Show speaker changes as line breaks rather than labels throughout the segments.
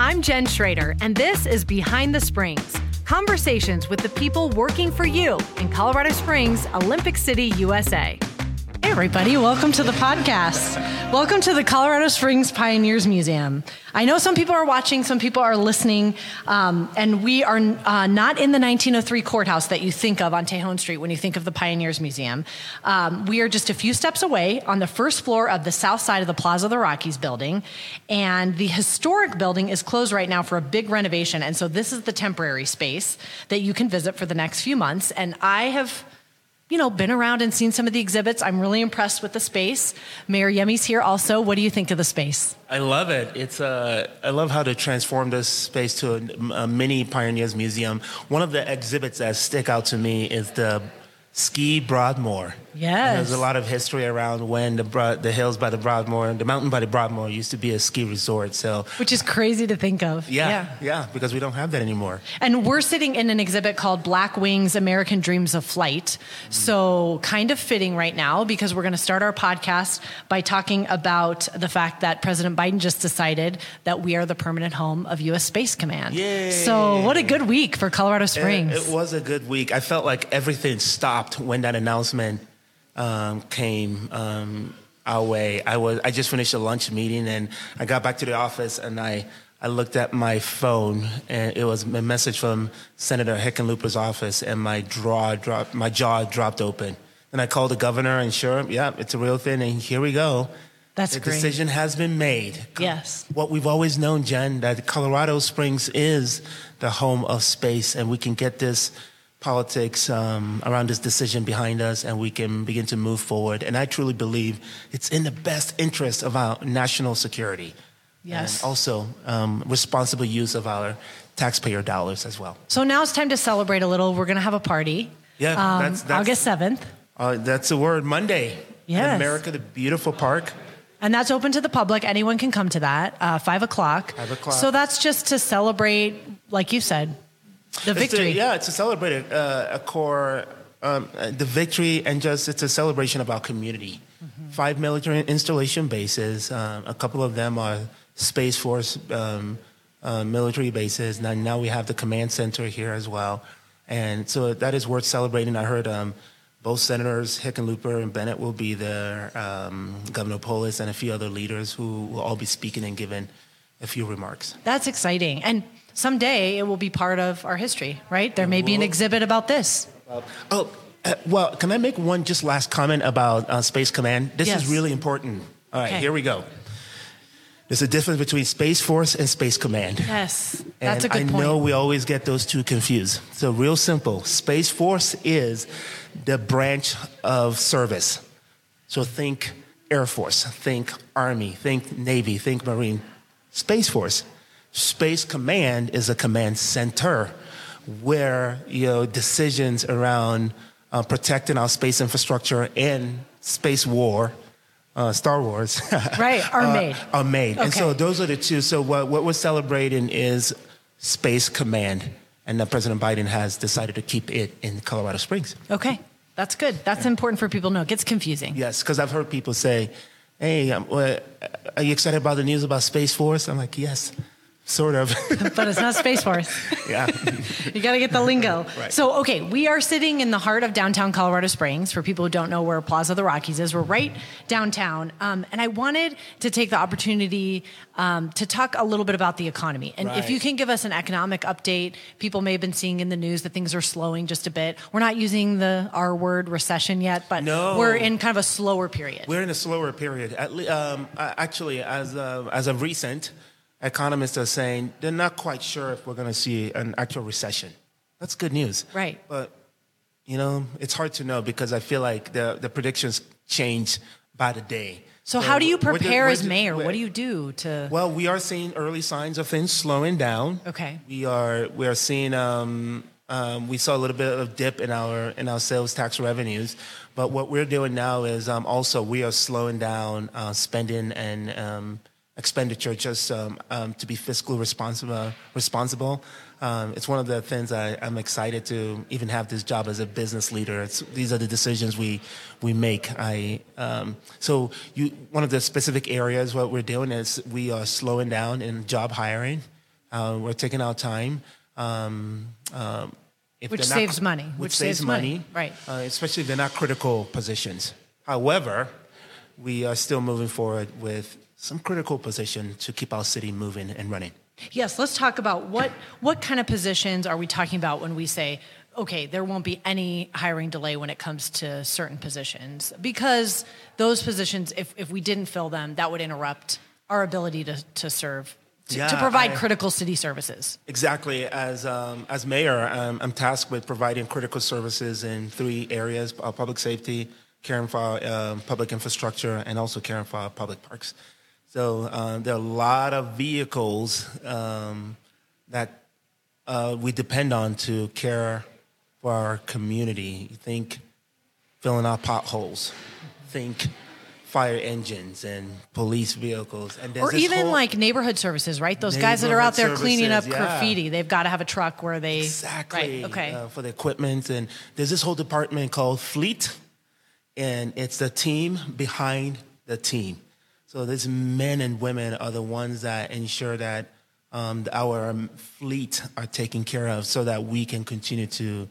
I'm Jen Schrader, and this is Behind the Springs conversations with the people working for you in Colorado Springs, Olympic City, USA.
Hey, everybody, welcome to the podcast. Welcome to the Colorado Springs Pioneers Museum. I know some people are watching, some people are listening, um, and we are uh, not in the 1903 courthouse that you think of on Tejon Street when you think of the Pioneers Museum. Um, we are just a few steps away on the first floor of the south side of the Plaza of the Rockies building, and the historic building is closed right now for a big renovation, and so this is the temporary space that you can visit for the next few months. And I have you know, been around and seen some of the exhibits. I'm really impressed with the space. Mayor Yemi's here also. What do you think of the space?
I love it. It's uh, I love how they transformed this space to a, a mini pioneers museum. One of the exhibits that stick out to me is the ski Broadmoor.
Yes.
And there's a lot of history around when the Broad, the hills by the Broadmoor and the mountain by the Broadmoor used to be a ski resort. So
Which is crazy to think of.
yeah, yeah, because we don't have that anymore.
And we're sitting in an exhibit called Black Wings American Dreams of Flight. So, kind of fitting right now because we're going to start our podcast by talking about the fact that President Biden just decided that we are the permanent home of U.S. Space Command.
Yay.
So, what a good week for Colorado
It-
Springs.
It, was a good week. I felt like everything stopped when that announcement um, came um, our way. I was I just finished a lunch meeting and I got back to the office and I I looked at my phone and it was a message from Senator Hickenlooper's office and my draw dropped my jaw dropped open. And I called the governor and sure, yeah, it's a real thing and here we go.
That's
the
great.
decision has been made.
Yes.
What we've always known, Jen, that Colorado Springs is the home of space, and we can get this politics um, around this decision behind us, and we can begin to move forward. And I truly believe it's in the best interest of our national security.
Yes.
And also, um, responsible use of our taxpayer dollars as well.
So, now it's time to celebrate a little. We're going to have a party.
Yeah,
um,
that's- that's-
August 7th.
Uh, that's the word Monday.
Yes.
America, the beautiful park.
And that's open to the public. Anyone can come to that. Uh, five o'clock.
Five o'clock.
So that's just to celebrate, like you said, the
It's to-
victory.
yeah, it's a celebrated uh, a core um, uh, the victory and just it's a celebration of our community.
Mm-hmm.
Five military installation bases. Um, a couple of them are Space Force um, uh, military bases. Now, now we have the command center here as well, and so that is worth celebrating. I heard. Um, both Senators Hickenlooper and Bennett will be there, um, Governor Polis and a few other leaders who will all be speaking and giving a few remarks.
That's exciting. And someday it will be part of our history, right? There may be an
will.
exhibit about this.
Oh, uh, well, can I make one just last comment about uh, Space Command? This
Yes.
is really important. All right,
Okay.
here we go. There's a difference between Space Force and Space Command.
Yes. That's a good
And I
point.
know we always get those two confused. So, real simple Space Force is the branch of service. So, think Air Force, think Army, think Navy, think Marine. Space Force. Space Command is a command center where you know, decisions around uh, protecting our space infrastructure and space war, uh, Star Wars,
Right, are
uh,
made.
Are made. And so
Okay.
those are the two. So what, what we're celebrating is Space Command, and that President Biden has decided to keep it in Colorado Springs.
okay. That's good. That's important for people to know. It gets confusing.
Yes, because I've heard people say, "Hey, um, uh, are you excited about the news about Space Force?" I'm like, "Yes, sort of."
But it's not Space Force.
yeah.
You got to get the lingo.
Right.
So, okay, we are sitting in the heart of downtown Colorado Springs. For people who don't know where Plaza of the Rockies is, we're right downtown. Um, and I wanted to take the opportunity um, to talk a little bit about the economy. And if
Right.
you can give us an economic update, people may have been seeing in the news that things are slowing just a bit. We're not using the R word recession yet, but
No.
we're in kind of a slower period.
We're in a slower period. At le- um, uh, actually, as uh, as of recent, economists are saying they're not quite sure if we're going to see an actual recession. That's good news,
Right.
But you know, it's hard to know because I feel like the the predictions change by the day.
so, how do you
we're ju-
prepare
we're
as
ju-
mayor? What
we're-
do you do to.
Well, we are seeing early signs of things slowing down.
Okay.
We are we are seeing um, um, we saw a little bit of dip in our in our sales tax revenues, but what we're doing now is um, also we are slowing down uh, spending and um, expenditure just um, um, to be fiscally responsible. Responsible. Um, it's one of the things I, I'm excited to even have this job as a business leader. It's, these are the decisions we we make. I um, so you one of the specific areas what we're doing is we are slowing down in job hiring Uh, we're taking out time. Um, um, if
Which
they're not-
saves money.
Which,
Which
saves,
saves money,
money,
right.
Uh, especially if they're not critical positions. However, we are still moving forward with some critical position to keep our city moving and running.
Yes, let's talk about what what kind of positions are we talking about when we say okay, there won't be any hiring delay when it comes to certain positions because those positions if if we didn't fill them, that would interrupt our ability to to serve to, to
Yeah,
provide
I-
critical city services.
Exactly. As, um, as mayor, um, I'm tasked with providing critical services in three areas uh, public safety, caring for um, public infrastructure, and also caring for our public parks. So um, there are a lot of vehicles um, that uh, we depend on to care for our community. You think filling our potholes, think fire engines and police vehicles, and there's
Or
this
even
whole-
like neighborhood services, right? Those guys that are out there
Neighborhood
cleaning up
services, yeah.
graffiti, they've got to have a truck where they
Exactly.
Right, okay.
uh, for the equipment. And there's this whole department called Fleet, and it's the team behind the team. So these men and women are the ones that ensure that um, our um, fleet are taken care of so that we can continue to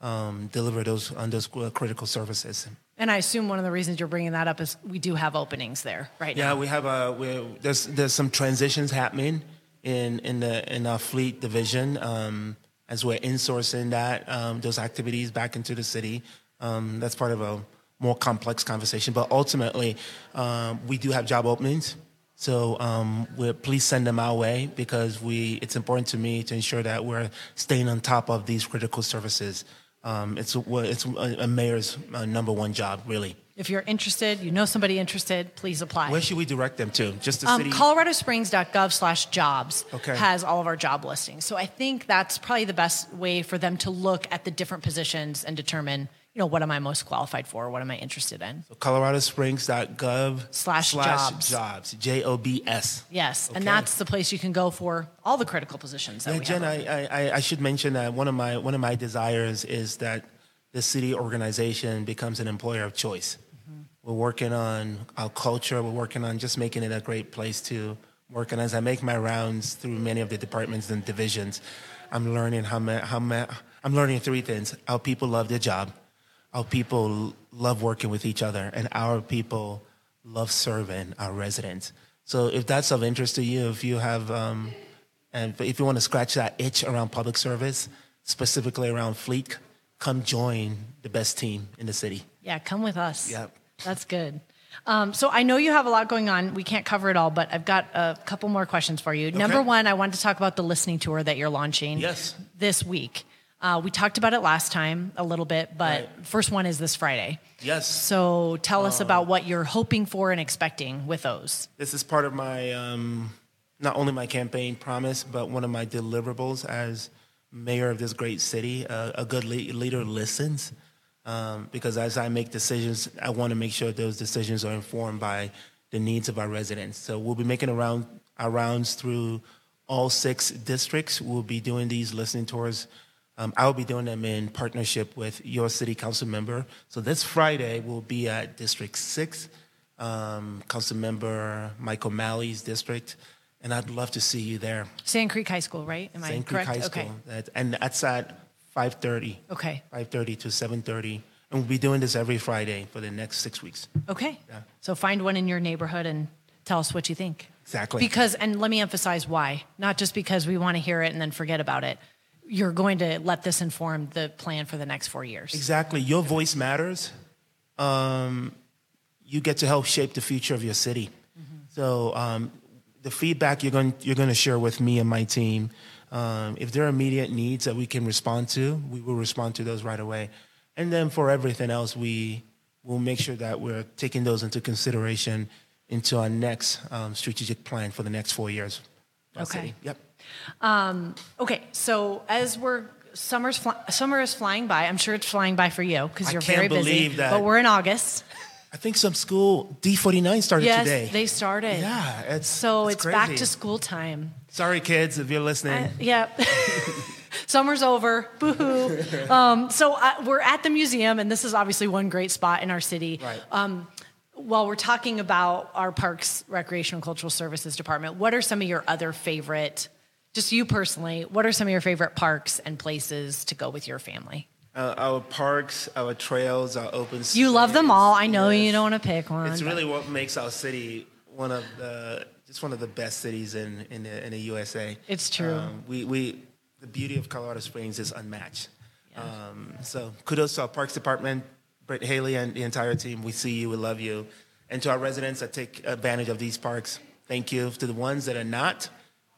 um, deliver those on those uh, critical services.
and I assume one of the reasons you're bringing that up is we do have openings there right now.
Yeah, we have a we there's there's some transitions happening in in the in our fleet division um, as we're insourcing that um, those activities back into the city. Um, that's part of a more complex conversation, but ultimately um, we do have job openings. So um, we're, please send them our way because we it's important to me to ensure that we're staying on top of these critical services. Um, it's a- it's a a mayor's uh, number one job, really.
If you're interested, you know somebody interested, please apply.
Where should we direct them to? Just the
Um,
city.
ColoradoSprings.gov slash jobs
Okay.
has all of our job listings. So I think that's probably the best way for them to look at the different positions and determine, you know, what am I most qualified for? What am I interested in?
coloradosprings.gov
Slash jobs.
jobs j-o-b-s
Yes.
Okay.
And that's the place you can go for all the critical positions that
yeah,
we
jen
have.
I, I- I, I should mention that one of my one of my desires is that the city organization becomes an employer of choice we're working on our culture we're working on just making it a great place to work and as i make my rounds through many of the departments and divisions i'm learning how, ma- how ma- i'm learning three things how people love their job our people l- love working with each other and our people love serving our residents so if that's of interest to you if you have um, and if- if you want to scratch that itch around public service specifically around fleet come join the best team in the city
Yeah, come with us.
Yep.
That's good. Um, so I know you have a lot going on. We can't cover it all, but I've got a couple more questions for you. Number one, I wanted to talk about the listening tour that you're launching
Yes.
this week. Uh, we talked about it last time a little bit, but
Right. Oh.
first one is this Friday.
yes
So tell us about what you're hoping for and expecting with those.
this is part of my um, not only my campaign promise but one of my deliverables as mayor of this great city uh, a good le- leader listens um, because as i make decisions i want to make sure those decisions are informed by the needs of our residents so we'll be making around our rounds through all six districts we'll be doing these listening tours um, I'll be doing them in partnership with your city council member. So this Friday, we'll be at District 6, um, council member Michael Malley's district. And I'd love to see you there,
Sand Creek High School, right? Am I
St. Creek
correct?
High
okay.
School. That- and that's at 5.30.
Okay.
5.30 to 7.30. And we'll be doing this every Friday for the next six weeks.
Okay. So find one in your neighborhood and tell us what you think.
Exactly.
Because, and let me emphasize why, not just because we want to hear it and then forget about it. You're going to let this inform the plan for the next four years.
Exactly. Your voice matters. Um, you get to help shape the future of your city.
Mm-hmm.
So um, the feedback you're going you're going to share with me and my team. Um, if there are immediate needs that we can respond to, we will respond to those right away. And then for everything else, we will make sure that we're taking those into consideration into our next um, strategic plan for the next four years. My
Okay.
city. Yep.
Okay, so as we're summer's fly, summer is flying by. I'm sure it's flying by for you because
I
you're
can't
very busy.
believe that.
But we're in August.
I think some school D49 started
Yes,
today.
they started.
Yeah, it's
So it's, back
crazy.
to school time.
Sorry, kids, if you're listening.
Yeah. Summer's over. Boo hoo. Um, so uh, we're at the museum, and this is obviously one great spot in our city.
Right.
Um, while we're talking about our Parks, Recreation, and Cultural Services Department, what are some of your other favorite just you personally, what are some of your favorite parks and places to go with your family?
Uh, our parks, our trails, our open.
You love them
space,
all. I know you
yes.
don't want to pick one.
It's
but-
really what makes our city one of the just one of the best cities in in the, in the USA.
It's true.
Um, we we the beauty of Colorado Springs is unmatched. Um, so kudos to our Parks Department, Britt Haley, and the entire team. We see you. We love you. And to our residents that take advantage of these parks, thank you. To the ones that are not,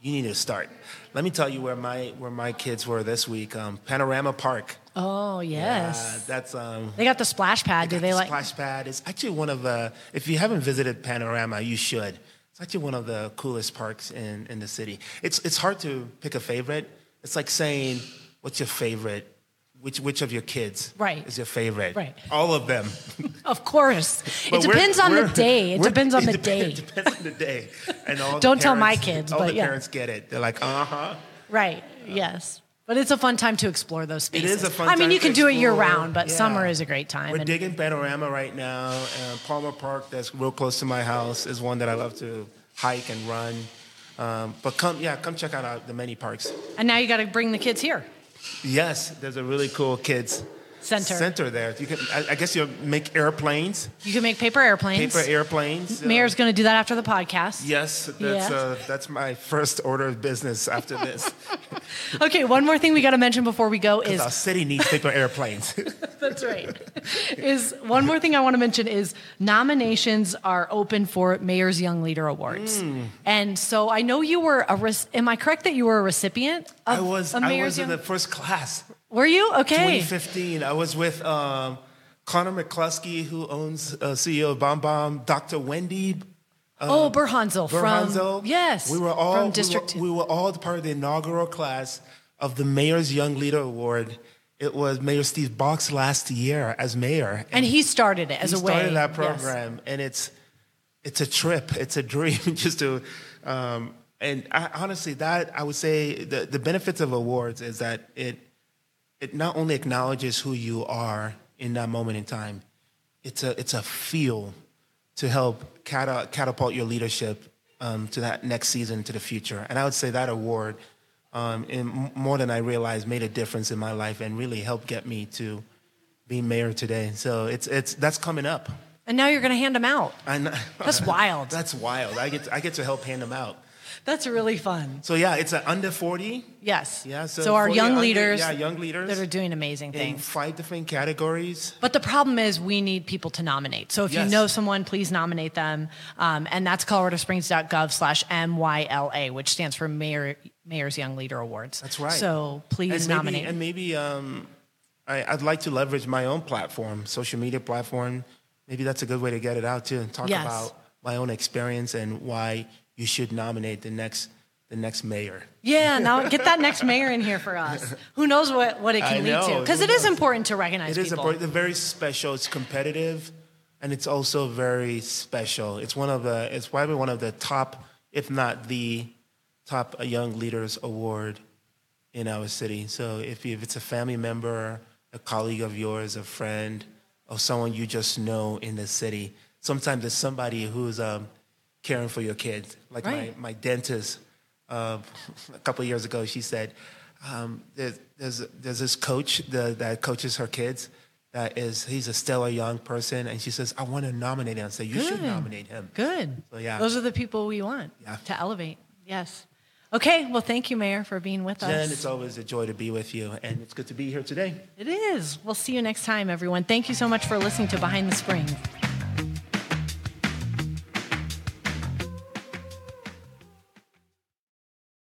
you need to start. Let me tell you where my where my kids were this week. Um, Panorama Park.
oh yes.
Uh, that's um,
they got the splash pad. Do they
the
like?
splash pad is actually one of the if you haven't visited panorama you should it's actually one of the coolest parks in, in the city it's, it's hard to pick a favorite it's like saying what's your favorite which, which of your kids
Right.
is your favorite
Right.
all of them
Of course.
But
it
we're-
depends on the
we're-
day. It
we're-
depends on the
dep-
day.
it depends on the day and all the
Don't tell my
parents-
kids,
all
but
the
yeah.
parents get it they're like uh-huh
Right. Yes. But it's a fun time to explore those
It
spaces.
is a fun
I mean,
time
you
to
can do it year
explore.
round, but
Yeah.
summer is a great time.
We're
and-
digging Panorama right now. Uh, Palmer Park, that's real close to my house, is one that I love to hike and run. Um, but come, yeah, come check out our, the many parks.
and now you got to bring the kids here.
Yes, there's a really cool kids
Center.
there. You can, I, I guess you'll make airplanes,
You can make paper airplanes.
paper airplanes. Uh,
Mayor's going to do that after the podcast.
Yes, that's
Yeah.
Uh, that's my first order of business after this.
Okay, one more thing we got to mention before we go is
our city needs paper airplanes.
That's right. Is one more thing I want to mention is nominations are open for Mayor's Young Leader Awards,
Hmm.
and so I know you were a. Re- am I correct that you were a recipient? Of
I was
a
I
Mayor's
was in
Young.
the uh, first class.
were you okay?
2015. I was with um, Connor McCluskey, who owns uh, CEO of Bomb Bomb, Dr. Wendy
oh, Burhanzel
Berhanzo.
from yes,
we were all
from District
We were, we were all part of the inaugural class of the Mayor's Young Leader Award. It was Mayor Steve Box last year as mayor,
and he started it as
he
a way.
started that
yes.
program, and it's it's a trip, it's a dream, just to. Um, and I, honestly, that I would say the the benefits of awards is that it it not only acknowledges who you are in that moment in time, it's a it's a feel to help cata- catapult your leadership um, to that next season to the future. And I would say that award, um, in m- more than I realized, made a difference in my life and really helped get me to be mayor today. So it's it's that's coming up.
And now you're going to hand them out.
And
That's wild.
that's wild. I get to, I get to help hand them out.
That's really fun.
So yeah, it's an under forty.
Yes.
Yeah. So,
our
40
young
under-
leaders,
Yeah, young leaders.
that are doing amazing
in
things.
five different categories.
But the problem is, we need people to nominate. So if you
Yes.
know someone, please nominate them. Um, and that's coloradosprings.gov slash MYLA, which stands for Mayor, Mayor's Young Leader Awards.
That's right.
So please
and maybe,
nominate.
And maybe um, I, I'd like to leverage my own platform, social media platform. Maybe that's a good way to get it out too, and talk
Yes.
about my own experience and why you should nominate the next the next mayor.
yeah, now get that next mayor in here for us. Who knows what, what it
I
can lead to?
know,
Because
who
it is
knows?
important to recognize
It is
people.
a they're very special. It's competitive, and it's also very special. It's one of the. It's probably one of the top, if not the top, uh, young leaders award in our city. So if you, if it's a family member, a colleague of yours, a friend, or someone you just know in the city, sometimes it's somebody who's um, caring for your kids, like
Right.
my my dentist uh, a couple of years ago, she said, um, there's, there's, there's this coach the, that coaches her kids that is, he's a stellar young person. And she says, I want to nominate him. I said, you should
Good.
nominate him.
Good.
So, yeah.
Those are the people we want
Yeah.
to elevate. Yes. Okay. Well, thank you, Mayor, for being with us.
Jen, it's always a joy to be with you. And it's good to be here today.
It is. We'll see you next time, everyone. Thank you so much for listening to Behind the Springs.